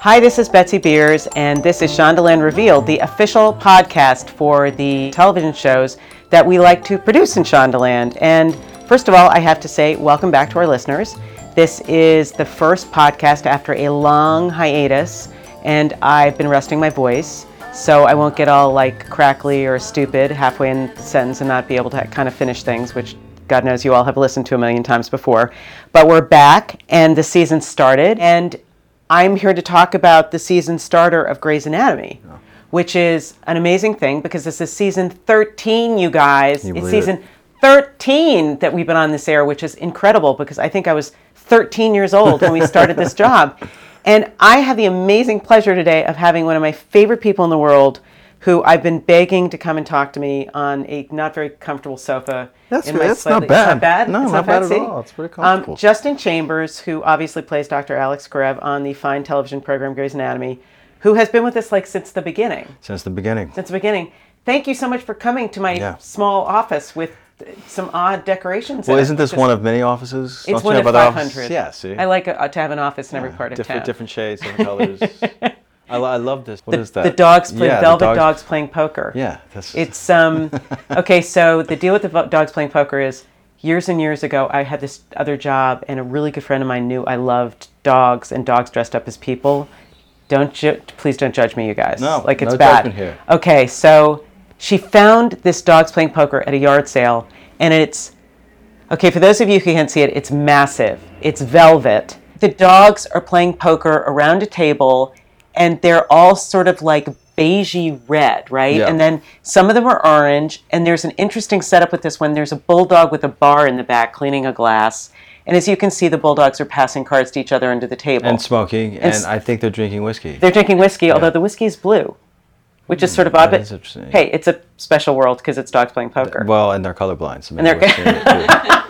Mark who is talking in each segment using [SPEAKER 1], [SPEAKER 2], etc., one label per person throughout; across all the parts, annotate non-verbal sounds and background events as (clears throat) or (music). [SPEAKER 1] Hi, this is Betsy Beers, and this is Shondaland Revealed, the official podcast for the television shows that we like to produce in Shondaland. And first of all, I have to say, welcome back to our listeners. This is the first podcast after a long hiatus, and I've been resting my voice, so I won't get all like crackly or stupid halfway in the sentence and not be able to kind of finish things, which God knows you all have listened to a million times before. But we're back, and the season started, and I'm here to talk about the season starter of Grey's Anatomy, which is an amazing thing because this is season 13, you guys. it's
[SPEAKER 2] believe it?
[SPEAKER 1] season 13 that we've been on this air, which is incredible because I think I was 13 years old when we started
[SPEAKER 2] (laughs)
[SPEAKER 1] this job. And I have the amazing pleasure today of having one of my favorite people in the world who I've been begging to come and talk to me on a not very comfortable sofa.
[SPEAKER 2] That's-
[SPEAKER 1] in my
[SPEAKER 2] that's
[SPEAKER 1] slightly-
[SPEAKER 2] not bad.
[SPEAKER 1] It's not bad.
[SPEAKER 2] No,
[SPEAKER 1] It's
[SPEAKER 2] not bad at
[SPEAKER 1] fancy.
[SPEAKER 2] all. It's pretty
[SPEAKER 1] Um,
[SPEAKER 2] comfortable.
[SPEAKER 1] Justin Chambers, who obviously plays Dr. Alex Greb on the fine television program Grey's Anatomy, who has been with us like since the beginning
[SPEAKER 2] since the beginning.
[SPEAKER 1] since the beginning. Thank you so much for coming to my
[SPEAKER 2] Yeah.
[SPEAKER 1] small office with uh, some odd decorations.
[SPEAKER 2] Well,
[SPEAKER 1] in it.
[SPEAKER 2] isn't this
[SPEAKER 1] Just-
[SPEAKER 2] one of many offices?
[SPEAKER 1] It's
[SPEAKER 2] Don't you
[SPEAKER 1] one
[SPEAKER 2] have
[SPEAKER 1] of
[SPEAKER 2] other
[SPEAKER 1] five
[SPEAKER 2] offices?
[SPEAKER 1] hundred.
[SPEAKER 2] Yeah, see.
[SPEAKER 1] I like uh, to have an office in every part of
[SPEAKER 2] different,
[SPEAKER 1] town.
[SPEAKER 2] different shades,
[SPEAKER 1] (laughs)
[SPEAKER 2] different colors. I, lo- I love this. What is that?
[SPEAKER 1] The dogs play
[SPEAKER 2] Yeah, the
[SPEAKER 1] velvet dogs. playing poker.
[SPEAKER 2] Yeah, that's
[SPEAKER 1] It's um
[SPEAKER 2] (laughs)
[SPEAKER 1] okay. So the deal with the vo- dogs playing poker is years and years ago. I had this other job, and a really good friend of mine knew I loved dogs and dogs dressed up as people. Don't ju- please don't judge me, you guys.
[SPEAKER 2] No,
[SPEAKER 1] like it's
[SPEAKER 2] no
[SPEAKER 1] bad.
[SPEAKER 2] judgment here.
[SPEAKER 1] Okay, so she found this dogs playing poker at a yard sale, and it's okay for those of you who can't see it. It's massive. It's velvet. The dogs are playing poker around a table, and they're all sort of like beigey red, right?
[SPEAKER 2] Yeah.
[SPEAKER 1] And then some of them are orange. And there's an interesting setup with this one. There's a bulldog with a bar in the back cleaning a glass, and as you can see, the bulldogs are passing cards to each other under the table.
[SPEAKER 2] and smoking, and,
[SPEAKER 1] s-
[SPEAKER 2] I think they're drinking whiskey.
[SPEAKER 1] They're drinking whiskey, although the whiskey is blue, which is sort of odd. But
[SPEAKER 2] Mm, is interesting.
[SPEAKER 1] hey, it's a special world because it's dogs playing poker.
[SPEAKER 2] well, and they're colorblind. So maybe
[SPEAKER 1] they're- (laughs)
[SPEAKER 2] whiskey is good.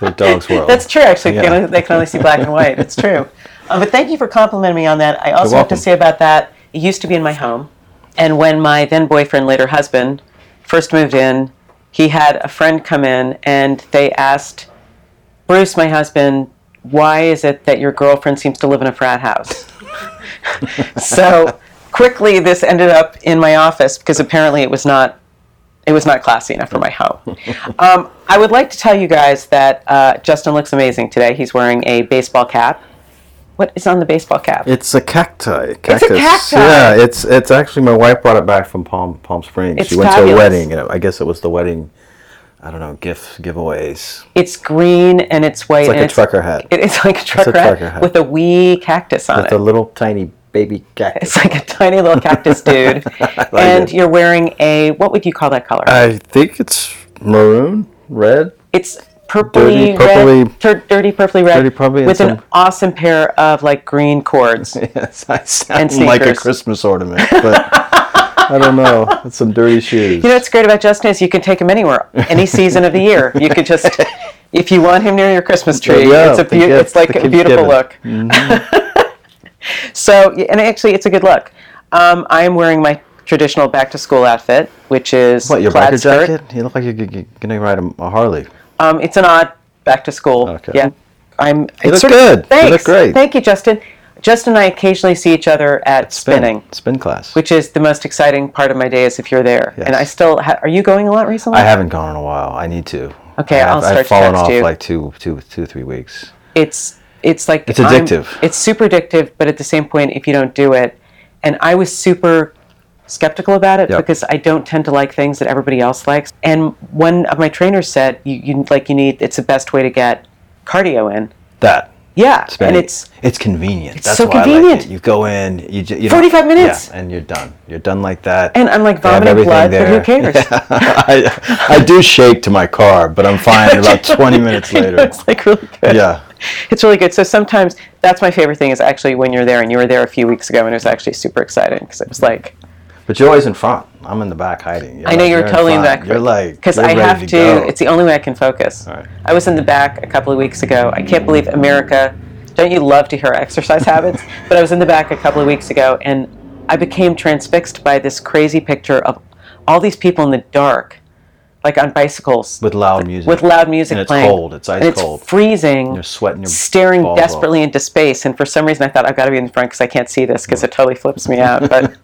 [SPEAKER 2] They're dog's world.
[SPEAKER 1] That's true, actually. They can
[SPEAKER 2] Yeah.
[SPEAKER 1] only- They can only see black and white. It's
[SPEAKER 2] (laughs)
[SPEAKER 1] true. Um, but thank you for complimenting me on that. I also have to
[SPEAKER 2] welcome.
[SPEAKER 1] say about that, it used to be in my home. And when my then boyfriend, later husband, first moved in, he had a friend come in and they asked Bruce, my husband, why is it that your girlfriend seems to live in a frat house? (laughs) so quickly this ended up in my office because apparently it was not it was not classy enough for my home.
[SPEAKER 2] (laughs)
[SPEAKER 1] Um, I would like to tell you guys that uh, Justin looks amazing today. He's wearing a baseball cap. What is on the baseball cap?
[SPEAKER 2] It's a cacti.
[SPEAKER 1] It's a
[SPEAKER 2] Cactus.
[SPEAKER 1] cacti.
[SPEAKER 2] Yeah, it's it's actually my wife brought it back from Palm Palm Springs.
[SPEAKER 1] It's
[SPEAKER 2] she went to a
[SPEAKER 1] fabulous.
[SPEAKER 2] wedding, and I guess it was the wedding. I don't know gift giveaways.
[SPEAKER 1] It's green and it's white.
[SPEAKER 2] It's like
[SPEAKER 1] and
[SPEAKER 2] a trucker hat.
[SPEAKER 1] It is like a trucker,
[SPEAKER 2] trucker
[SPEAKER 1] hat
[SPEAKER 2] hat.
[SPEAKER 1] with a wee cactus on
[SPEAKER 2] It's
[SPEAKER 1] it.
[SPEAKER 2] a little tiny baby cactus.
[SPEAKER 1] it's like a tiny little cactus,
[SPEAKER 2] (laughs)
[SPEAKER 1] dude. and
[SPEAKER 2] it. Uh,
[SPEAKER 1] you're wearing a what would you call that color?
[SPEAKER 2] I think it's maroon, red. (laughs)
[SPEAKER 1] It's purpley,
[SPEAKER 2] Dirty, purpley-
[SPEAKER 1] red, tur- dirty purpley red,
[SPEAKER 2] Dirty purpley and
[SPEAKER 1] with an
[SPEAKER 2] some-
[SPEAKER 1] awesome pair of like green
[SPEAKER 2] (laughs)
[SPEAKER 1] cords.
[SPEAKER 2] Yes, I sound
[SPEAKER 1] And
[SPEAKER 2] like a
[SPEAKER 1] sneakers.
[SPEAKER 2] Christmas ornament, but I don't know. It's some dirty
[SPEAKER 1] (laughs)
[SPEAKER 2] shoes.
[SPEAKER 1] You know what's great about Justin is you can take him anywhere, any season of the year. You could just,
[SPEAKER 2] (laughs)
[SPEAKER 1] if you want him near your Christmas tree,
[SPEAKER 2] Yeah,
[SPEAKER 1] it's a
[SPEAKER 2] the
[SPEAKER 1] beau-
[SPEAKER 2] gift
[SPEAKER 1] it's like
[SPEAKER 2] that
[SPEAKER 1] a
[SPEAKER 2] keeps
[SPEAKER 1] beautiful
[SPEAKER 2] giving.
[SPEAKER 1] look.
[SPEAKER 2] Mm-hmm.
[SPEAKER 1] (laughs) so, and actually, it's a good look. Um, I am wearing my traditional back to school outfit, which is
[SPEAKER 2] what your
[SPEAKER 1] plaid
[SPEAKER 2] biker
[SPEAKER 1] skirt.
[SPEAKER 2] jacket? You look like you're, g- g- gonna ride a, a Harley.
[SPEAKER 1] Um, it's an odd back to school.
[SPEAKER 2] Okay.
[SPEAKER 1] Yeah. I'm. it's
[SPEAKER 2] look
[SPEAKER 1] sort
[SPEAKER 2] good. You
[SPEAKER 1] Of, thanks.
[SPEAKER 2] look great.
[SPEAKER 1] Thank you, Justin. Justin and I occasionally see each other at spinning.
[SPEAKER 2] spin, spin class.
[SPEAKER 1] which is the most exciting part of my day is if you're there. And I still ha- are you going a lot recently?
[SPEAKER 2] I haven't gone in a while. I need to.
[SPEAKER 1] Okay,
[SPEAKER 2] I have,
[SPEAKER 1] I'll start
[SPEAKER 2] I've
[SPEAKER 1] to
[SPEAKER 2] fallen
[SPEAKER 1] text
[SPEAKER 2] off
[SPEAKER 1] you.
[SPEAKER 2] like two, two, two, three weeks.
[SPEAKER 1] It's it's like
[SPEAKER 2] It's
[SPEAKER 1] I'm-
[SPEAKER 2] addictive.
[SPEAKER 1] it's super addictive, but at the same point, if you don't do it, and I was super skeptical about it
[SPEAKER 2] Yep.
[SPEAKER 1] because I don't tend to like things that everybody else likes. And one of my trainers said, you, you like you need it's the best way to get cardio in.
[SPEAKER 2] That.
[SPEAKER 1] Yeah,
[SPEAKER 2] spinning.
[SPEAKER 1] and it's
[SPEAKER 2] it's convenient. It's That's
[SPEAKER 1] so
[SPEAKER 2] why I
[SPEAKER 1] convenient.
[SPEAKER 2] like it. You go in, you, ju- you
[SPEAKER 1] 45
[SPEAKER 2] know,
[SPEAKER 1] minutes.
[SPEAKER 2] yeah, and you're done. You're done like that.
[SPEAKER 1] and I'm like
[SPEAKER 2] They have
[SPEAKER 1] vomiting
[SPEAKER 2] everything
[SPEAKER 1] blood,
[SPEAKER 2] there.
[SPEAKER 1] but
[SPEAKER 2] (laughs)
[SPEAKER 1] who cares?
[SPEAKER 2] I, I do shake to my car, but
[SPEAKER 1] (laughs)
[SPEAKER 2] I'm fine about 20
[SPEAKER 1] (laughs)
[SPEAKER 2] minutes
[SPEAKER 1] You know,
[SPEAKER 2] later.
[SPEAKER 1] it's like really good.
[SPEAKER 2] Yeah.
[SPEAKER 1] It's really good. So sometimes that's my favorite thing is actually when you're there, and you were there a few weeks ago, and it was actually super exciting because it was like
[SPEAKER 2] But you're always in front. I'm in the back hiding.
[SPEAKER 1] I know
[SPEAKER 2] like,
[SPEAKER 1] you're, totally in the
[SPEAKER 2] front.
[SPEAKER 1] back
[SPEAKER 2] You're like
[SPEAKER 1] because
[SPEAKER 2] you're
[SPEAKER 1] I
[SPEAKER 2] ready
[SPEAKER 1] have to.
[SPEAKER 2] go.
[SPEAKER 1] It's the only way I can focus.
[SPEAKER 2] right.
[SPEAKER 1] I was in the back a couple of weeks ago. I can't believe America. Don't you love to hear our exercise (laughs) habits? But I was in the back a couple of weeks ago, and I became transfixed by this crazy picture of all these people in the dark. like on bicycles
[SPEAKER 2] with loud music.
[SPEAKER 1] with loud music
[SPEAKER 2] And it's
[SPEAKER 1] playing.
[SPEAKER 2] cold. It's ice
[SPEAKER 1] and it's
[SPEAKER 2] cold.
[SPEAKER 1] freezing.
[SPEAKER 2] You're sweating your
[SPEAKER 1] staring
[SPEAKER 2] balls off.
[SPEAKER 1] desperately into space. And for some reason, I thought I've got to be in the front because I can't see this because it totally flips me out.
[SPEAKER 2] (laughs)
[SPEAKER 1] But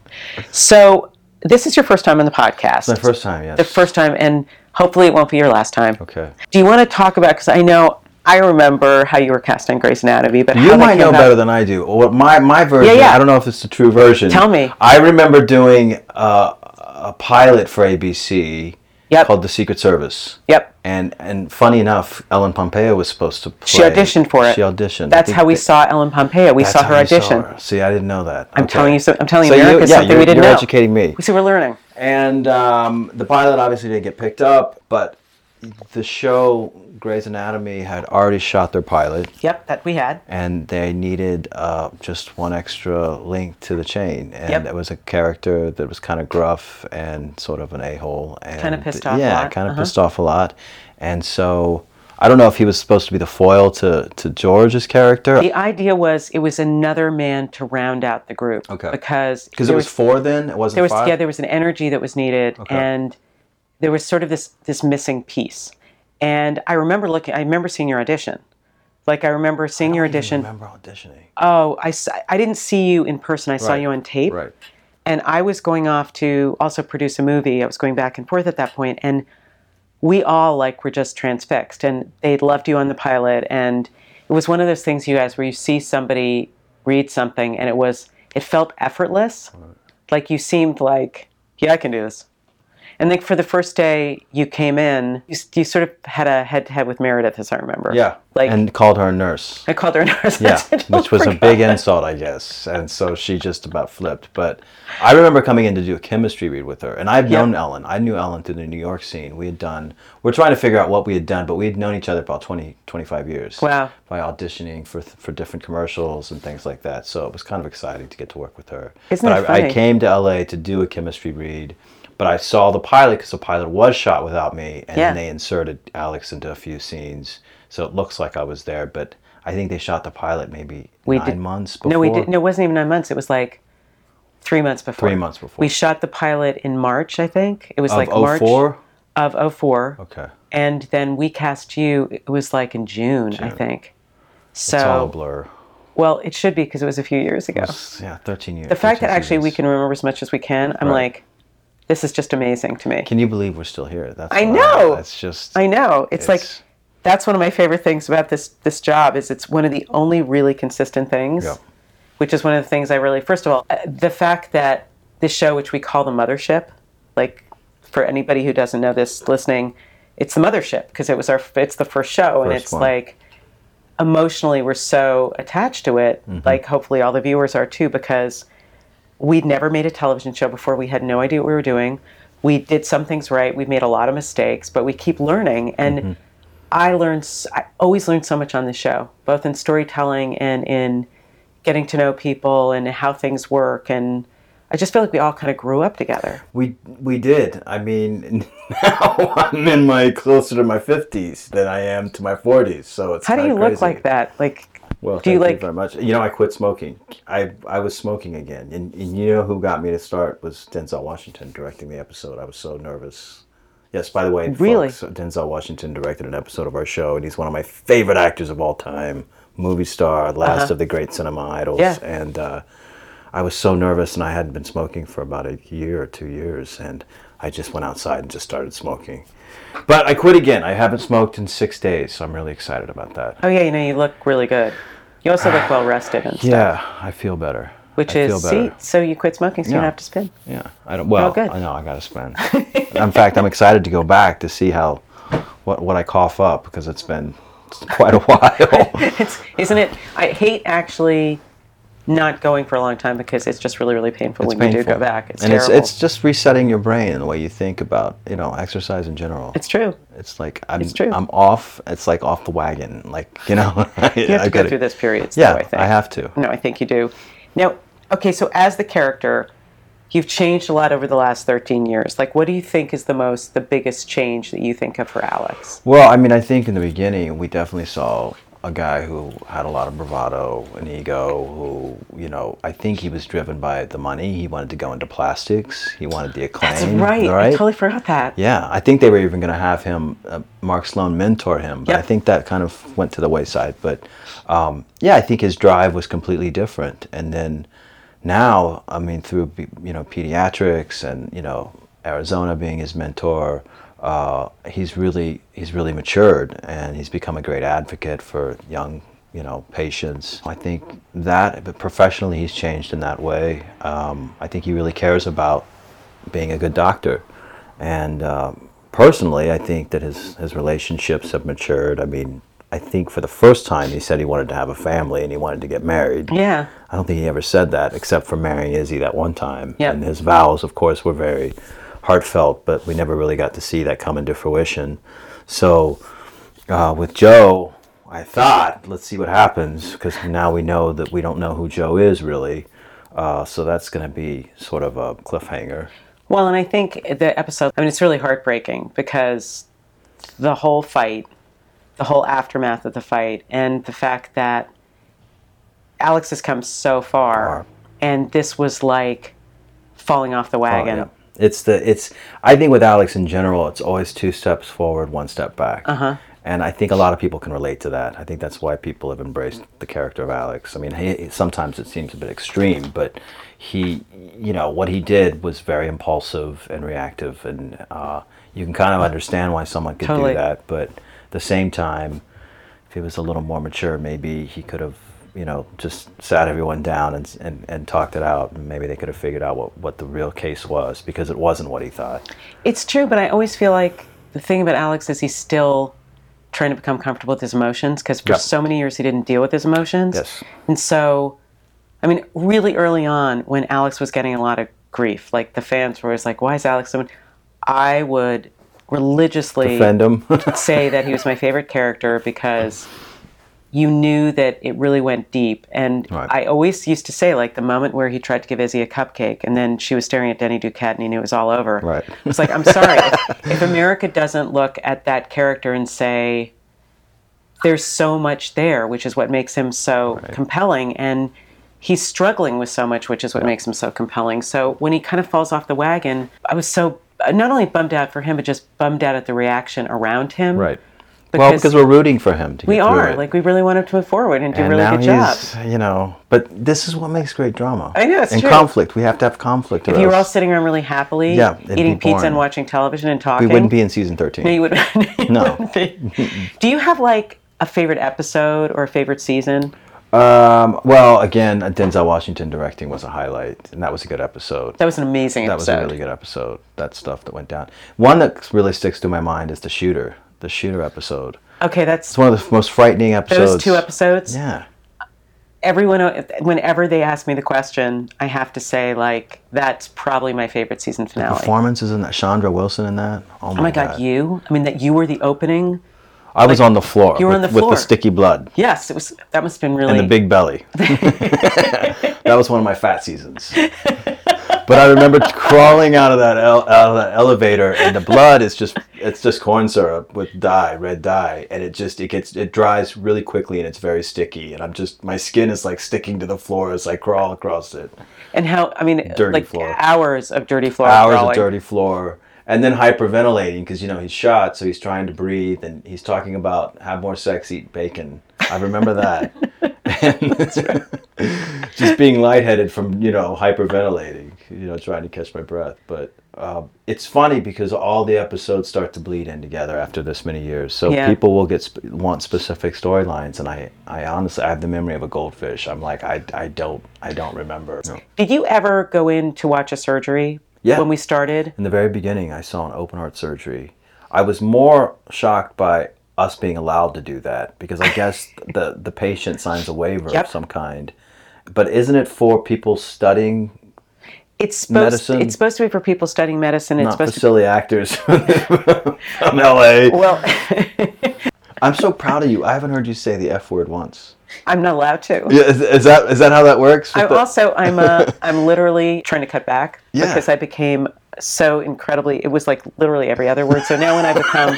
[SPEAKER 1] so this is your first time on the podcast.
[SPEAKER 2] My first time, yes.
[SPEAKER 1] The first time, and hopefully it won't be your last time.
[SPEAKER 2] Okay.
[SPEAKER 1] Do you want to talk about? Because I know I remember how you were cast on Grey's Anatomy, but how
[SPEAKER 2] You
[SPEAKER 1] that
[SPEAKER 2] might
[SPEAKER 1] came
[SPEAKER 2] know
[SPEAKER 1] about-
[SPEAKER 2] better than I do. Or my my version.
[SPEAKER 1] Yeah, yeah.
[SPEAKER 2] I don't know if it's the true version.
[SPEAKER 1] Tell me.
[SPEAKER 2] I remember doing uh, a pilot for ABC
[SPEAKER 1] Yep.
[SPEAKER 2] called The Secret Service.
[SPEAKER 1] Yep.
[SPEAKER 2] And and funny enough, Ellen Pompeo was supposed to play.
[SPEAKER 1] She auditioned for it.
[SPEAKER 2] She auditioned. I
[SPEAKER 1] That's
[SPEAKER 2] think
[SPEAKER 1] how we
[SPEAKER 2] that-
[SPEAKER 1] saw Ellen Pompeo. We
[SPEAKER 2] that's
[SPEAKER 1] saw her
[SPEAKER 2] how you saw
[SPEAKER 1] audition.
[SPEAKER 2] her. See, I didn't know that.
[SPEAKER 1] I'm telling you, some, I'm telling
[SPEAKER 2] So you-
[SPEAKER 1] America
[SPEAKER 2] yeah,
[SPEAKER 1] something
[SPEAKER 2] you're-
[SPEAKER 1] we didn't
[SPEAKER 2] you're
[SPEAKER 1] know.
[SPEAKER 2] educating me.
[SPEAKER 1] We see, we're learning.
[SPEAKER 2] And um, the pilot obviously didn't get picked up, but the show Grey's Anatomy had already shot their pilot,
[SPEAKER 1] Yep, that we had.
[SPEAKER 2] and they needed uh, just one extra link to the chain. And
[SPEAKER 1] Yep.
[SPEAKER 2] it was a character that was kind of gruff and sort of an a hole, and
[SPEAKER 1] pissed off a
[SPEAKER 2] Yeah,
[SPEAKER 1] lot,
[SPEAKER 2] kind of
[SPEAKER 1] uh-huh.
[SPEAKER 2] pissed off a lot. And so I don't know if he was supposed to be the foil to to George's character
[SPEAKER 1] The idea was it was another man to round out the group.
[SPEAKER 2] Okay.
[SPEAKER 1] Because
[SPEAKER 2] because it
[SPEAKER 1] there
[SPEAKER 2] was four then. It wasn't
[SPEAKER 1] there was
[SPEAKER 2] five.
[SPEAKER 1] yeah there was an energy that was needed and there was sort of this this missing piece. And I remember looking. I remember seeing your audition. Like I remember seeing your
[SPEAKER 2] I
[SPEAKER 1] audition.
[SPEAKER 2] remember auditioning.
[SPEAKER 1] Oh, I s- I didn't see you in person. I saw
[SPEAKER 2] Right,
[SPEAKER 1] you on tape.
[SPEAKER 2] right.
[SPEAKER 1] And I was going off to also produce a movie. I was going back and forth at that point, and we all like were just transfixed. And they loved you on the pilot, and it was one of those things, you guys, where you see somebody read something, and it was it felt effortless. Like you seemed like, yeah, I can do this. And like for the first day you came in, you, s- you sort of had a head to head with Meredith, as I remember.
[SPEAKER 2] Yeah.
[SPEAKER 1] Like
[SPEAKER 2] and called her a nurse.
[SPEAKER 1] I called her an nurse.
[SPEAKER 2] Yeah,
[SPEAKER 1] (laughs)
[SPEAKER 2] which was a big insult, I guess. And so she just about flipped. But I remember coming in to do a chemistry read with her. And I've known Ellen. I knew Ellen through the New York scene. We had done, we're trying to figure out what we had done, but we had known each other about 20, 25 years.
[SPEAKER 1] Wow.
[SPEAKER 2] By auditioning for, for different commercials and things like that. So it was kind of exciting to get to work with her.
[SPEAKER 1] Isn't
[SPEAKER 2] but
[SPEAKER 1] it
[SPEAKER 2] I, I
[SPEAKER 1] funny?
[SPEAKER 2] came to LA to do a chemistry read. But I saw the pilot because the pilot was shot without me, and
[SPEAKER 1] Yeah.
[SPEAKER 2] they inserted Alex into a few scenes, so it looks like I was there. But I think they shot the pilot maybe
[SPEAKER 1] We
[SPEAKER 2] nine
[SPEAKER 1] did-
[SPEAKER 2] months before.
[SPEAKER 1] No, we didn't. No, it wasn't even nine months. It was like three months before.
[SPEAKER 2] Three months before.
[SPEAKER 1] We shot the pilot in March, I think. It was
[SPEAKER 2] Of
[SPEAKER 1] like March
[SPEAKER 2] 04?
[SPEAKER 1] of 04.
[SPEAKER 2] Okay,
[SPEAKER 1] And then we cast you. It was like in June, I think. So,
[SPEAKER 2] it's all a blur.
[SPEAKER 1] well, it should be because it was a few years ago.
[SPEAKER 2] It's- Yeah, thirteen years.
[SPEAKER 1] The fact that actually we can remember as much as we can, I'm
[SPEAKER 2] Right.
[SPEAKER 1] like, this is just amazing to me.
[SPEAKER 2] Can you believe we're still here? That's
[SPEAKER 1] I
[SPEAKER 2] what
[SPEAKER 1] know!
[SPEAKER 2] That's just.
[SPEAKER 1] I know. It's, like
[SPEAKER 2] It's-
[SPEAKER 1] that's one of my favorite things about this this job is it's one of the only really consistent things,
[SPEAKER 2] Yep.
[SPEAKER 1] which is one of the things I really first of all uh, the fact that this show, which we call the mothership, like for anybody who doesn't know this listening, it's the mothership because it was our it's the first show and
[SPEAKER 2] First
[SPEAKER 1] it's
[SPEAKER 2] one.
[SPEAKER 1] like emotionally we're so attached to it
[SPEAKER 2] Mm-hmm.
[SPEAKER 1] like hopefully all the viewers are too because we'd never made a television show before we had no idea what we were doing we did some things right we made a lot of mistakes but we keep learning and
[SPEAKER 2] Mm-hmm.
[SPEAKER 1] i learned s- i always learned so much on the show both in storytelling and in getting to know people and how things work and i just feel like we all kind of grew up together
[SPEAKER 2] We we did. I mean, (laughs) now I'm in my closer to my fifties than I am to my forties. So it's
[SPEAKER 1] how do
[SPEAKER 2] kinda
[SPEAKER 1] you look
[SPEAKER 2] crazy.
[SPEAKER 1] like that like
[SPEAKER 2] Well,
[SPEAKER 1] do
[SPEAKER 2] thank
[SPEAKER 1] you
[SPEAKER 2] you,
[SPEAKER 1] like
[SPEAKER 2] very much. You know, I quit smoking. I I was smoking again, and, and you know who got me to start was Denzel Washington directing the episode. I was so nervous. Yes, by the way,
[SPEAKER 1] Really?
[SPEAKER 2] folks, Denzel Washington directed an episode of our show, and he's one of my favorite actors of all time. Movie star, last of the great cinema idols,
[SPEAKER 1] Uh-huh. Yeah.
[SPEAKER 2] and uh, I was so nervous, and I hadn't been smoking for about a year or two years, and I just went outside and just started smoking. But I quit again. I haven't smoked in six days, so I'm really excited about that.
[SPEAKER 1] oh yeah you know you look really good you also
[SPEAKER 2] (sighs)
[SPEAKER 1] look well rested and
[SPEAKER 2] Yeah, I feel better.
[SPEAKER 1] Which
[SPEAKER 2] I
[SPEAKER 1] is
[SPEAKER 2] feel better.
[SPEAKER 1] see, so you quit smoking, so you don't
[SPEAKER 2] Yeah.
[SPEAKER 1] have to spin. (laughs)
[SPEAKER 2] Yeah, I don't. Well,
[SPEAKER 1] good.
[SPEAKER 2] I know I gotta spend. In fact, I'm excited to go back to see how what what I cough up because it's been quite
[SPEAKER 1] (laughs)
[SPEAKER 2] a while.
[SPEAKER 1] It's isn't it? I hate actually not going for a long time because it's just really really painful when you do go
[SPEAKER 2] Painful.
[SPEAKER 1] back. It's
[SPEAKER 2] and it's
[SPEAKER 1] terrible.
[SPEAKER 2] it's just resetting your brain and the way you think about you know exercise in general.
[SPEAKER 1] It's true.
[SPEAKER 2] It's like I'm
[SPEAKER 1] true.
[SPEAKER 2] I'm off. It's like off the wagon. Like you know, (laughs)
[SPEAKER 1] You have to go through those periods.
[SPEAKER 2] Yeah,
[SPEAKER 1] though, I, think.
[SPEAKER 2] I have to.
[SPEAKER 1] No, I think you do. Now, okay, so as the character, you've changed a lot over the last thirteen years. Like, what do you think is the most, the biggest change that you think of for Alex?
[SPEAKER 2] Well, I mean, I think in the beginning we definitely saw a guy who had a lot of bravado and ego. Who you know, I think he was driven by the money. He wanted to go into plastics. He wanted the acclaim.
[SPEAKER 1] That's right. I totally forgot that.
[SPEAKER 2] Mm, Yeah, I think they were even going to have him, uh, Mark Sloan, mentor him, but I
[SPEAKER 1] Yep.
[SPEAKER 2] think that kind of went to the wayside. But um, yeah, I think his drive was completely different. And then now, I mean, through be- you know pediatrics and you know Arizona being his mentor, uh, he's really he's really matured and he's become a great advocate for young you know patients. I think that but professionally he's changed in that way. Um, I think he really cares about being a good doctor. And um, personally, I think that his, his relationships have matured. I mean, I think for the first time he said he wanted to have a family and he wanted to get married.
[SPEAKER 1] Yeah.
[SPEAKER 2] I don't think he ever said that except for marrying Izzy that one time.
[SPEAKER 1] Yep.
[SPEAKER 2] And his vows, of course, were very heartfelt, but we never really got to see that come into fruition. So uh, with Joe, I thought, let's see what happens because now we know that we don't know who Joe is really. Uh, so that's going to be sort of a cliffhanger.
[SPEAKER 1] Well, and I think the episode, I mean, it's really heartbreaking because the whole fight, the whole aftermath of the fight, and the fact that Alex has come so far,
[SPEAKER 2] Far.
[SPEAKER 1] and this was like falling off the wagon.
[SPEAKER 2] Yeah. It's the it's I think with Alex in general, it's always two steps forward, one step back. Uh-huh. And I think a lot of people can relate to that. I think that's why people have embraced the character of Alex. I mean, he, sometimes it seems a bit extreme, but he, you know, what he did was very impulsive and reactive, and uh, you can kind of understand why someone could
[SPEAKER 1] Totally.
[SPEAKER 2] do that. But at the same time, if he was a little more mature, maybe he could have, you know, just sat everyone down and, and, and talked it out. And maybe they could have figured out what, what the real case was because it wasn't what he thought.
[SPEAKER 1] It's true, but I always feel like the thing about Alex is he's still trying to become comfortable with his emotions because for
[SPEAKER 2] Yeah.
[SPEAKER 1] so many years he didn't deal with his emotions.
[SPEAKER 2] Yes.
[SPEAKER 1] And so, I mean, really early on when Alex was getting a lot of grief, like the fans were always like, why is Alex so. mean?" I would religiously
[SPEAKER 2] Defend him.
[SPEAKER 1] (laughs) say that he was my favorite character because you knew that it really went deep. And
[SPEAKER 2] Right.
[SPEAKER 1] I always used to say, like, the moment where he tried to give Izzy a cupcake and then she was staring at Denny Duquette and he knew it was all over.
[SPEAKER 2] (laughs) Right.
[SPEAKER 1] I was like, I'm sorry. if, if America doesn't look at that character and say, there's so much there, which is what makes him so compelling. And he's struggling with so much, which is what makes him so compelling. So when he kind of falls off the wagon, I was so not only bummed out for him, but just bummed out at the reaction around him.
[SPEAKER 2] right. well,
[SPEAKER 1] Because-
[SPEAKER 2] because we're rooting for him to
[SPEAKER 1] We
[SPEAKER 2] get through
[SPEAKER 1] are.
[SPEAKER 2] it.
[SPEAKER 1] Like, we really want him to move forward and do a
[SPEAKER 2] and
[SPEAKER 1] really
[SPEAKER 2] now
[SPEAKER 1] good job.
[SPEAKER 2] he's, you know, but this is what makes great drama.
[SPEAKER 1] I know, it's
[SPEAKER 2] And
[SPEAKER 1] true.
[SPEAKER 2] conflict. We have to have conflict.
[SPEAKER 1] If you were all sitting around really happily,
[SPEAKER 2] Yeah, it'd
[SPEAKER 1] eating
[SPEAKER 2] be
[SPEAKER 1] pizza and
[SPEAKER 2] boring.
[SPEAKER 1] watching television and talking,
[SPEAKER 2] we
[SPEAKER 1] (laughs)
[SPEAKER 2] wouldn't be in season 13.
[SPEAKER 1] No, you wouldn't. you
[SPEAKER 2] (laughs) No.
[SPEAKER 1] (laughs) wouldn't be. Do you have like a favorite episode or a favorite season?
[SPEAKER 2] um, well, again, Denzel Washington directing was a highlight, and that was a good episode.
[SPEAKER 1] That was an amazing
[SPEAKER 2] That was
[SPEAKER 1] episode.
[SPEAKER 2] a really good episode. That stuff that went down. One that really sticks to my mind is the shooter. The shooter episode.
[SPEAKER 1] okay, that's
[SPEAKER 2] It's one of the most frightening episodes.
[SPEAKER 1] those two episodes.
[SPEAKER 2] Yeah.
[SPEAKER 1] Everyone, uh, whenever they ask me the question, I have to say like that's probably my favorite season finale.
[SPEAKER 2] Performances in that. Chandra Wilson in that. Oh my,
[SPEAKER 1] oh my god, you! I mean, that you were the opening.
[SPEAKER 2] I was on the floor.
[SPEAKER 1] were
[SPEAKER 2] with,
[SPEAKER 1] on the
[SPEAKER 2] With
[SPEAKER 1] floor.
[SPEAKER 2] the sticky blood
[SPEAKER 1] Yes, it was. That must have been really.
[SPEAKER 2] and the big belly. that was one of my fat seasons. But I remember crawling out of that el- out of that elevator, and the blood is just—it's just corn syrup with dye, red dye, and it just—it gets—it dries really quickly, and it's very sticky. And I'm just—my skin is like sticking to the floor as I crawl across it.
[SPEAKER 1] and how I mean,
[SPEAKER 2] Dirty
[SPEAKER 1] like
[SPEAKER 2] floor.
[SPEAKER 1] hours of dirty floor.
[SPEAKER 2] hours
[SPEAKER 1] crawling.
[SPEAKER 2] of dirty floor and then hyperventilating because you know he's shot so he's trying to breathe and he's talking about have more sex eat bacon i
[SPEAKER 1] (laughs)
[SPEAKER 2] remember that (laughs) and just being lightheaded from you know hyperventilating you know trying to catch my breath but um, it's funny because all the episodes start to bleed in together after this many years so
[SPEAKER 1] Yeah.
[SPEAKER 2] people will get sp- want specific storylines and i i honestly i have the memory of a goldfish i'm like i i don't i don't remember
[SPEAKER 1] Did you ever go in to watch a surgery?
[SPEAKER 2] Yeah.
[SPEAKER 1] When we started.
[SPEAKER 2] in the very beginning, I saw an open heart surgery. I was more shocked by us being allowed to do that because
[SPEAKER 1] (laughs)
[SPEAKER 2] I guess the the patient signs a waiver
[SPEAKER 1] Yep.
[SPEAKER 2] of some kind. But isn't it for people studying,
[SPEAKER 1] It's supposed.
[SPEAKER 2] Medicine.
[SPEAKER 1] It's supposed to be for people studying medicine. It's
[SPEAKER 2] not for
[SPEAKER 1] supposed
[SPEAKER 2] silly actors (laughs) from
[SPEAKER 1] to.
[SPEAKER 2] LA?
[SPEAKER 1] Well, (laughs)
[SPEAKER 2] I'm so proud of you. I haven't heard you say the F word once.
[SPEAKER 1] I'm not allowed to.
[SPEAKER 2] Yeah, Is, is that is that how that works? with
[SPEAKER 1] I
[SPEAKER 2] the-
[SPEAKER 1] also I'm uh, I'm literally trying to cut back
[SPEAKER 2] Yeah.
[SPEAKER 1] because I became so incredibly it was like literally every other word. So now when I become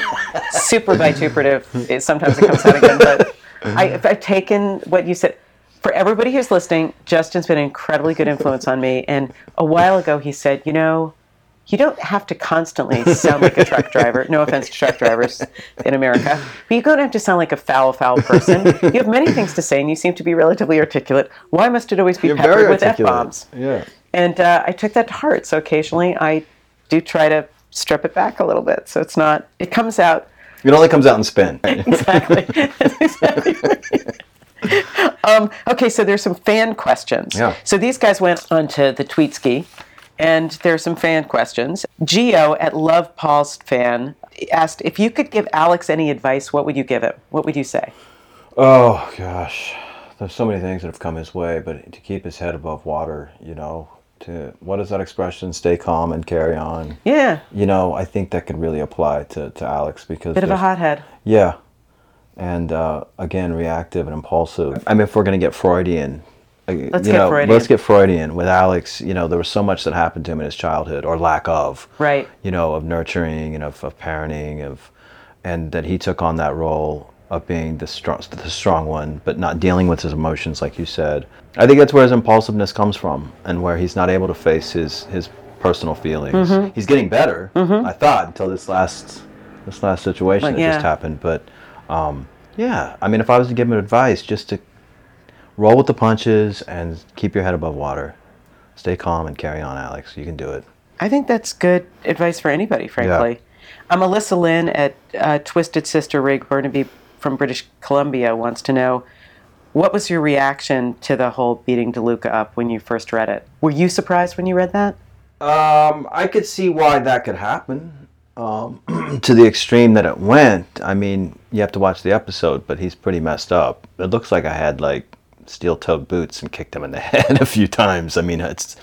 [SPEAKER 1] super vituperative, it sometimes it comes out again. But I, I've taken what you said. For everybody who's listening, Justin's been an incredibly good influence on me. And a while ago, he said, you know, you don't have to constantly sound like a
[SPEAKER 2] (laughs)
[SPEAKER 1] truck driver. No offense to truck drivers in America, but you don't have to sound like a foul, foul person. You have many things to say, and you seem to be relatively articulate. Why must it always be
[SPEAKER 2] You're very
[SPEAKER 1] peppered with f
[SPEAKER 2] articulate.
[SPEAKER 1] bombs?
[SPEAKER 2] Yeah.
[SPEAKER 1] And uh, I took that to heart. So occasionally, I do try to strip it back a little bit, so it's not. It comes out
[SPEAKER 2] It only comes out in spin.
[SPEAKER 1] exactly. That's exactly right. um, okay, so there's some fan questions.
[SPEAKER 2] Yeah.
[SPEAKER 1] So these guys went onto the tweet ski, and there's some fan questions. Geo at Love Paul's fan asked if you could give Alex any advice, what would you give him? What would you say?
[SPEAKER 2] Oh gosh, there's so many things that have come his way, but to keep his head above water, you know, to what is that expression? Stay calm and carry on.
[SPEAKER 1] Yeah,
[SPEAKER 2] You know, I think that could really apply to, to Alex because
[SPEAKER 1] bit of a
[SPEAKER 2] there's-
[SPEAKER 1] hothead.
[SPEAKER 2] yeah, and uh, again, reactive and impulsive. I mean, if we're gonna get Freudian, uh,
[SPEAKER 1] Let's
[SPEAKER 2] you
[SPEAKER 1] get
[SPEAKER 2] know,
[SPEAKER 1] Freudian.
[SPEAKER 2] let's get Freudian with Alex. You know, there was so much that happened to him in his childhood or lack of,
[SPEAKER 1] Right.
[SPEAKER 2] You know, of nurturing and of, of parenting of, and that he took on that role of being the strong, the strong one, but not dealing with his emotions, like you said. I think that's where his impulsiveness comes from, and where he's not able to face his his personal feelings.
[SPEAKER 1] Mm-hmm.
[SPEAKER 2] He's getting better, I thought, until this last this last situation
[SPEAKER 1] Like,
[SPEAKER 2] that just
[SPEAKER 1] yeah.
[SPEAKER 2] happened. But um, yeah, I mean, if I was to give him advice, just to roll with the punches and keep your head above water. Stay calm and carry on, Alex. You can do it.
[SPEAKER 1] I think that's good advice for anybody, frankly. Um, Alyssa Lynn at uh, Twisted Sister Rig Burnaby from British Columbia wants to know what was your reaction to the whole beating DeLuca up when you first read it? Were you surprised when you read that?
[SPEAKER 2] Um, I could see why that could happen. Um, (clears throat) to the extreme that it went, I mean, you have to watch the episode, but he's pretty messed up. It looks like I had like steel-toed boots and kicked him in the (laughs) head a few times. I mean, it's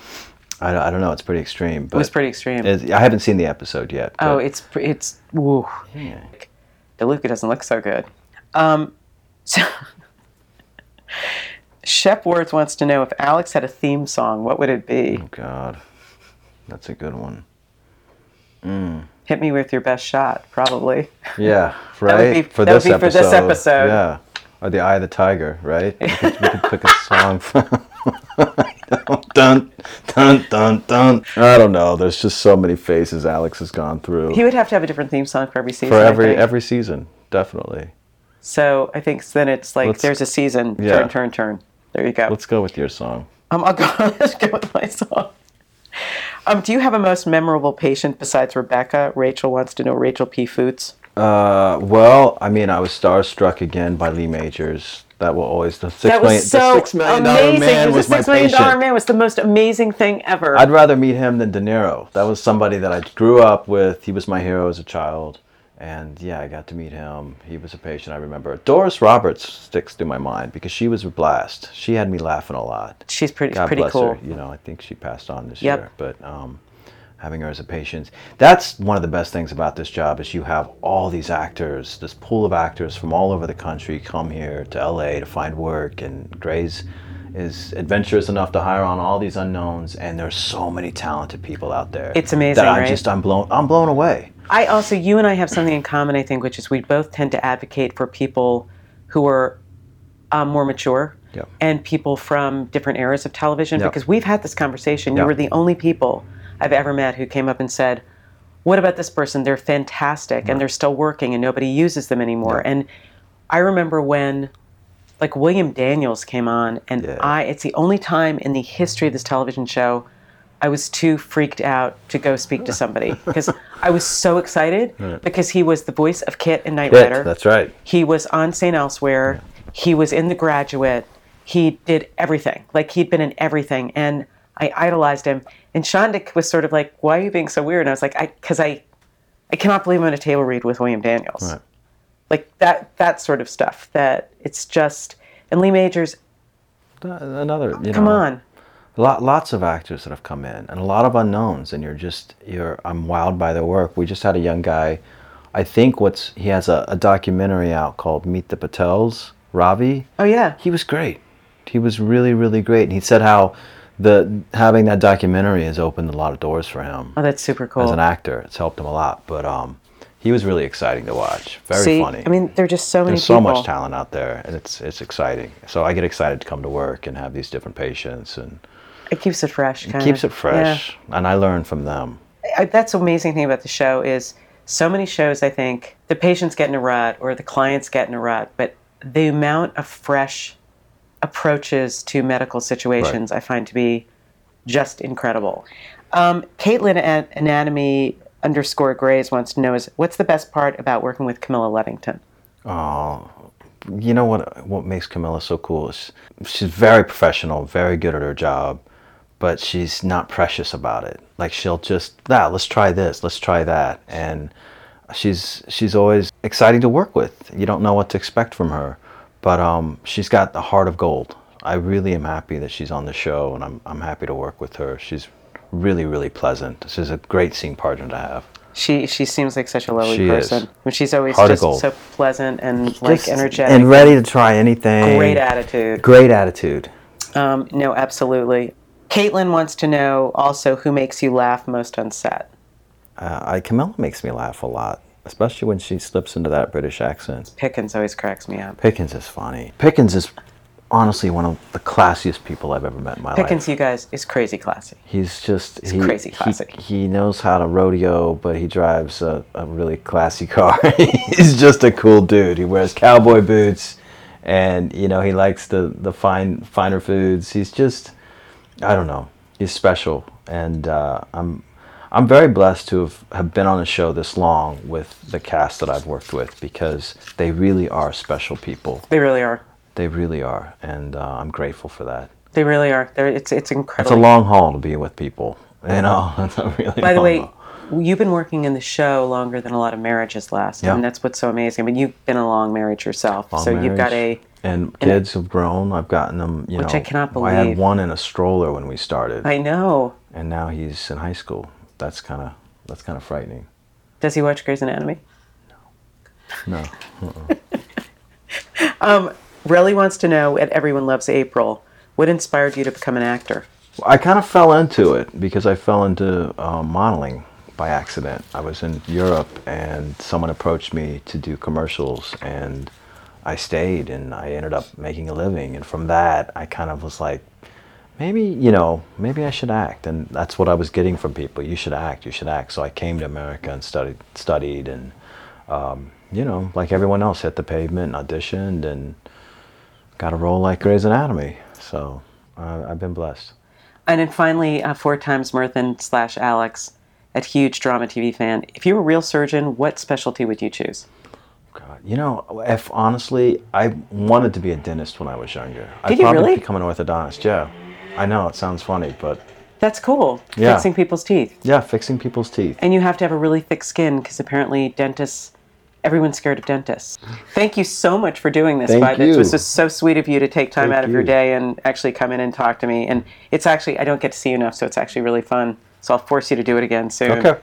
[SPEAKER 2] I, don't- I don't know. It's pretty extreme.
[SPEAKER 1] It
[SPEAKER 2] But
[SPEAKER 1] was pretty extreme.
[SPEAKER 2] it's- I haven't seen the episode yet.
[SPEAKER 1] oh,
[SPEAKER 2] but-
[SPEAKER 1] it's pr- it's woo. DeLuca doesn't look so good. Um, so (laughs) Shep Words wants to know if Alex had a theme song, what would it be?
[SPEAKER 2] God, (laughs) that's a good one.
[SPEAKER 1] Hit me with your best shot, probably.
[SPEAKER 2] Yeah,
[SPEAKER 1] would
[SPEAKER 2] right.
[SPEAKER 1] be- that would be for this episode.
[SPEAKER 2] Yeah, or the Eye of the Tiger, right? We could, we could pick (laughs) a song from. dun dun dun dun. I don't know. There's just so many phases Alex has gone through
[SPEAKER 1] He would have to have a different theme song for every season.
[SPEAKER 2] for
[SPEAKER 1] I
[SPEAKER 2] every
[SPEAKER 1] think.
[SPEAKER 2] every season, definitely.
[SPEAKER 1] So I think then it's like
[SPEAKER 2] Let's-
[SPEAKER 1] there's a season.
[SPEAKER 2] Yeah.
[SPEAKER 1] Turn, turn, turn. There you go.
[SPEAKER 2] Let's go with your song.
[SPEAKER 1] um, I'll go, (laughs) let's go with my song. Um, do you have a most memorable patient besides Rebecca? Rachel wants to know Rachel P. Foots.
[SPEAKER 2] Uh, well, I mean, I was starstruck again by Lee Majors. That will always the six
[SPEAKER 1] That
[SPEAKER 2] million-
[SPEAKER 1] was so
[SPEAKER 2] the six million dollar
[SPEAKER 1] amazing.
[SPEAKER 2] man
[SPEAKER 1] the
[SPEAKER 2] was my
[SPEAKER 1] six million dollar
[SPEAKER 2] patient.
[SPEAKER 1] man was the most amazing thing ever.
[SPEAKER 2] I'd rather meet him than De Niro. That was somebody that I grew up with. He was my hero as a child. And yeah, I got to meet him. He was a patient I remember. Doris Roberts sticks to my mind because she was a blast. She had me laughing a lot.
[SPEAKER 1] She's pretty
[SPEAKER 2] God
[SPEAKER 1] pretty
[SPEAKER 2] bless
[SPEAKER 1] cool.
[SPEAKER 2] her. You know, I think she passed on this
[SPEAKER 1] Yep.
[SPEAKER 2] year. But um, having her as a patient, that's one of the best things about this job is you have all these actors, this pool of actors from all over the country come here to LA to find work. And Gray's is adventurous enough to hire on all these unknowns. And there's so many talented people out there.
[SPEAKER 1] It's amazing,
[SPEAKER 2] That I
[SPEAKER 1] right?
[SPEAKER 2] just, I'm blown, I'm blown away.
[SPEAKER 1] I also, you and I have something in common, I think, which is we both tend to advocate for people who are um, more mature
[SPEAKER 2] Yeah.
[SPEAKER 1] and people from different eras of television
[SPEAKER 2] Yeah.
[SPEAKER 1] because we've had this conversation.
[SPEAKER 2] Yeah.
[SPEAKER 1] You were the only people I've ever met who came up and said, What about this person? They're fantastic and they're still working and nobody uses them anymore. And I remember when. Like William Daniels came on, and
[SPEAKER 2] Yeah.
[SPEAKER 1] I, it's the only time in the history of this television show I was too freaked out to go speak to somebody
[SPEAKER 2] (laughs)
[SPEAKER 1] because I was so excited because he was the voice of Kit and Knight
[SPEAKER 2] It,
[SPEAKER 1] Rider.
[SPEAKER 2] that's right.
[SPEAKER 1] He was on St. Elsewhere. He was in The Graduate. He did everything. Like he'd been in everything, and I idolized him. And Shonda was sort of like, "Why are you being so weird?" And I was like, "I because I, I cannot believe I'm on a table read with William Daniels."
[SPEAKER 2] Right.
[SPEAKER 1] Like that that sort of stuff. That it's just and Lee Majors.
[SPEAKER 2] Uh, Another, you
[SPEAKER 1] Come
[SPEAKER 2] know,
[SPEAKER 1] on.
[SPEAKER 2] lot, lots of actors that have come in and a lot of unknowns and you're just you're i'm wowed by their work we just had a young guy i think what's he has a, a documentary out called meet the patels ravi
[SPEAKER 1] Oh yeah.
[SPEAKER 2] he was great he was really really great and he said how the having that documentary has opened a lot of doors for him
[SPEAKER 1] Oh, that's super cool.
[SPEAKER 2] as an actor it's helped him a lot but um he was really exciting to watch. Very
[SPEAKER 1] See,
[SPEAKER 2] funny.
[SPEAKER 1] I mean, there are just so many
[SPEAKER 2] There's so
[SPEAKER 1] people.
[SPEAKER 2] much talent out there, and it's it's exciting. So I get excited to come to work and have these different patients, and
[SPEAKER 1] It keeps it fresh. Kind
[SPEAKER 2] keeps it fresh. And I learn from them.
[SPEAKER 1] I, that's the amazing thing about the show is so many shows I think the patients get in a rut or the clients get in a rut, but the amount of fresh approaches to medical situations I find to be just incredible. Um, Caitlin at Anatomy underscore Grays wants to know is what's the best part about working with Camilla Luddington?
[SPEAKER 2] you know what what makes Camilla so cool is she's very professional, very good at her job, but she's not precious about it. Like she'll just, ah, let's try this, let's try that, and she's she's always exciting to work with. You don't know what to expect from her, but um, she's got the heart of gold. I really am happy that she's on the show, and I'm I'm happy to work with her. She's really really pleasant. She's a great scene partner to have.
[SPEAKER 1] She she seems like such a lovely
[SPEAKER 2] She is.
[SPEAKER 1] person. I mean, she's always
[SPEAKER 2] Heart of
[SPEAKER 1] just
[SPEAKER 2] gold.
[SPEAKER 1] so pleasant and like
[SPEAKER 2] Just-
[SPEAKER 1] energetic.
[SPEAKER 2] and ready to try anything.
[SPEAKER 1] Great attitude.
[SPEAKER 2] Great attitude.
[SPEAKER 1] Um, no, absolutely. Caitlin wants to know also who makes you laugh most on set.
[SPEAKER 2] Uh, I, Camilla makes me laugh a lot, especially when she slips into that British accent.
[SPEAKER 1] Pickens always cracks me up.
[SPEAKER 2] Pickens is funny. Pickens is honestly one of the classiest people I've ever met in my
[SPEAKER 1] Pickens,
[SPEAKER 2] life.
[SPEAKER 1] you guys, is crazy classy.
[SPEAKER 2] He's just he's he,
[SPEAKER 1] crazy
[SPEAKER 2] he-
[SPEAKER 1] classy.
[SPEAKER 2] He, knows how to rodeo, but he drives a, a really classy car. (laughs) he's just a cool dude. He wears cowboy boots, and you know he likes the the fine finer foods. He's just I don't know. He's special, and uh, I'm I'm very blessed to have, have been on a show this long with the cast that I've worked with because they really are special people.
[SPEAKER 1] They really are.
[SPEAKER 2] They really are, and uh, I'm grateful for that.
[SPEAKER 1] They really are. They're, it's it's
[SPEAKER 2] It's a
[SPEAKER 1] incredible.
[SPEAKER 2] long haul to be with people, you know. (laughs) It's a really
[SPEAKER 1] By the
[SPEAKER 2] long
[SPEAKER 1] way,
[SPEAKER 2] haul.
[SPEAKER 1] you've been working in the show longer than a lot of marriages last,
[SPEAKER 2] Yeah.
[SPEAKER 1] and that's what's so amazing. I mean, you've been in a long marriage yourself, so you've got a
[SPEAKER 2] marriage. and kids have grown. I've gotten them, you know.
[SPEAKER 1] I cannot
[SPEAKER 2] I had
[SPEAKER 1] believe.
[SPEAKER 2] one in a stroller when we started,
[SPEAKER 1] I know.
[SPEAKER 2] and now he's in high school. That's kind of that's kind of frightening.
[SPEAKER 1] Does he watch Grey's Anatomy?
[SPEAKER 2] No.
[SPEAKER 1] Relly wants to know at Everyone Loves April, what inspired you to become an actor?
[SPEAKER 2] I kind of fell into it because I fell into uh, modeling by accident. I was in Europe and someone approached me to do commercials, and I stayed and I ended up making a living. And from that, I kind of was like, maybe, you know, maybe I should act. And that's what I was getting from people you should act, you should act. So I came to America and studied, studied and, um, you know, like everyone else, hit the pavement and auditioned and got a role like Grey's Anatomy. So uh, I've been blessed.
[SPEAKER 1] And then finally, uh, four times Merthin slash Alex, a huge drama TV fan. If you were a real surgeon, what specialty would you choose?
[SPEAKER 2] God, you know, if honestly, I wanted to be a dentist when I was younger. I'd
[SPEAKER 1] Did you
[SPEAKER 2] probably
[SPEAKER 1] really?
[SPEAKER 2] become an orthodontist. Yeah, I know it sounds funny, but
[SPEAKER 1] That's cool.
[SPEAKER 2] Yeah.
[SPEAKER 1] Fixing people's teeth.
[SPEAKER 2] yeah, fixing people's teeth.
[SPEAKER 1] And you have to have a really thick skin because apparently dentists, everyone's scared of dentists. Thank you so much for doing this,
[SPEAKER 2] Thank
[SPEAKER 1] by the way. It was
[SPEAKER 2] you.
[SPEAKER 1] just so sweet of you to take time
[SPEAKER 2] Thank
[SPEAKER 1] out of your
[SPEAKER 2] you.
[SPEAKER 1] day and actually come in and talk to me. And it's actually, I don't get to see you enough, so it's actually really fun. So I'll force you to do it again soon.
[SPEAKER 2] Okay.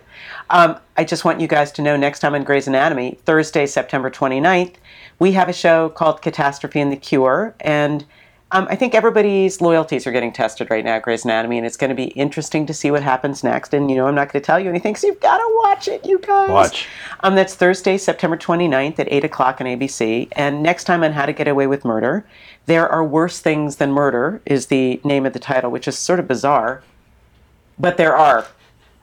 [SPEAKER 1] Um, I just want you guys to know next time on Grey's Anatomy, Thursday, September 29th, we have a show called Catastrophe and the Cure. And um, I think everybody's loyalties are getting tested right now, at Grey's Anatomy, and it's going to be interesting to see what happens next. And, you know, I'm not going to tell you anything, so you've got to watch it, you guys.
[SPEAKER 2] Watch.
[SPEAKER 1] Um, that's Thursday, September 29th at 8 o'clock on ABC. And next time on How to Get Away with Murder, There Are Worse Things Than Murder is the name of the title, which is sort of bizarre, but there are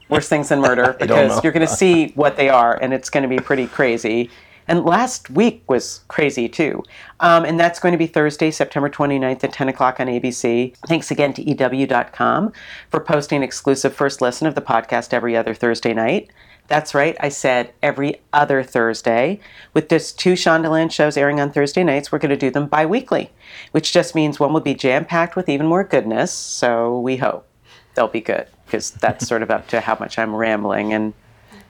[SPEAKER 1] worse things than murder because
[SPEAKER 2] know.
[SPEAKER 1] you're going to see what they are and it's going to be pretty crazy. And last week was crazy too. Um, and that's going to be Thursday, September 29th at 10 o'clock on ABC. Thanks again to E EW.com for posting an exclusive first listen of the podcast every other Thursday night. That's right, I said every other Thursday. With just two Shondaland shows airing on Thursday nights, we're going to do them bi weekly, which just means one will be jam packed with even more goodness, so we hope they'll be good because that's sort of up to how much I'm rambling and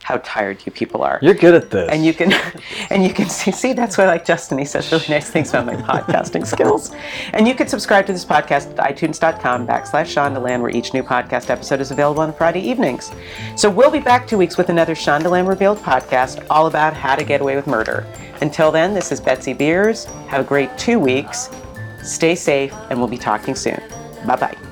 [SPEAKER 1] how tired you people are.
[SPEAKER 2] You're good at this.
[SPEAKER 1] and you can, (laughs) and you can see, see that's why like Justin he says really nice things about my podcasting skills. And you can subscribe to this podcast at iTunes.com backslash Shondaland, where each new podcast episode is available on Friday evenings. So we'll be back two weeks with another Shondaland Revealed podcast, all about how to get away with murder. Until then, this is Betsy Beers. Have a great two weeks. Stay safe, and we'll be talking soon. Bye bye.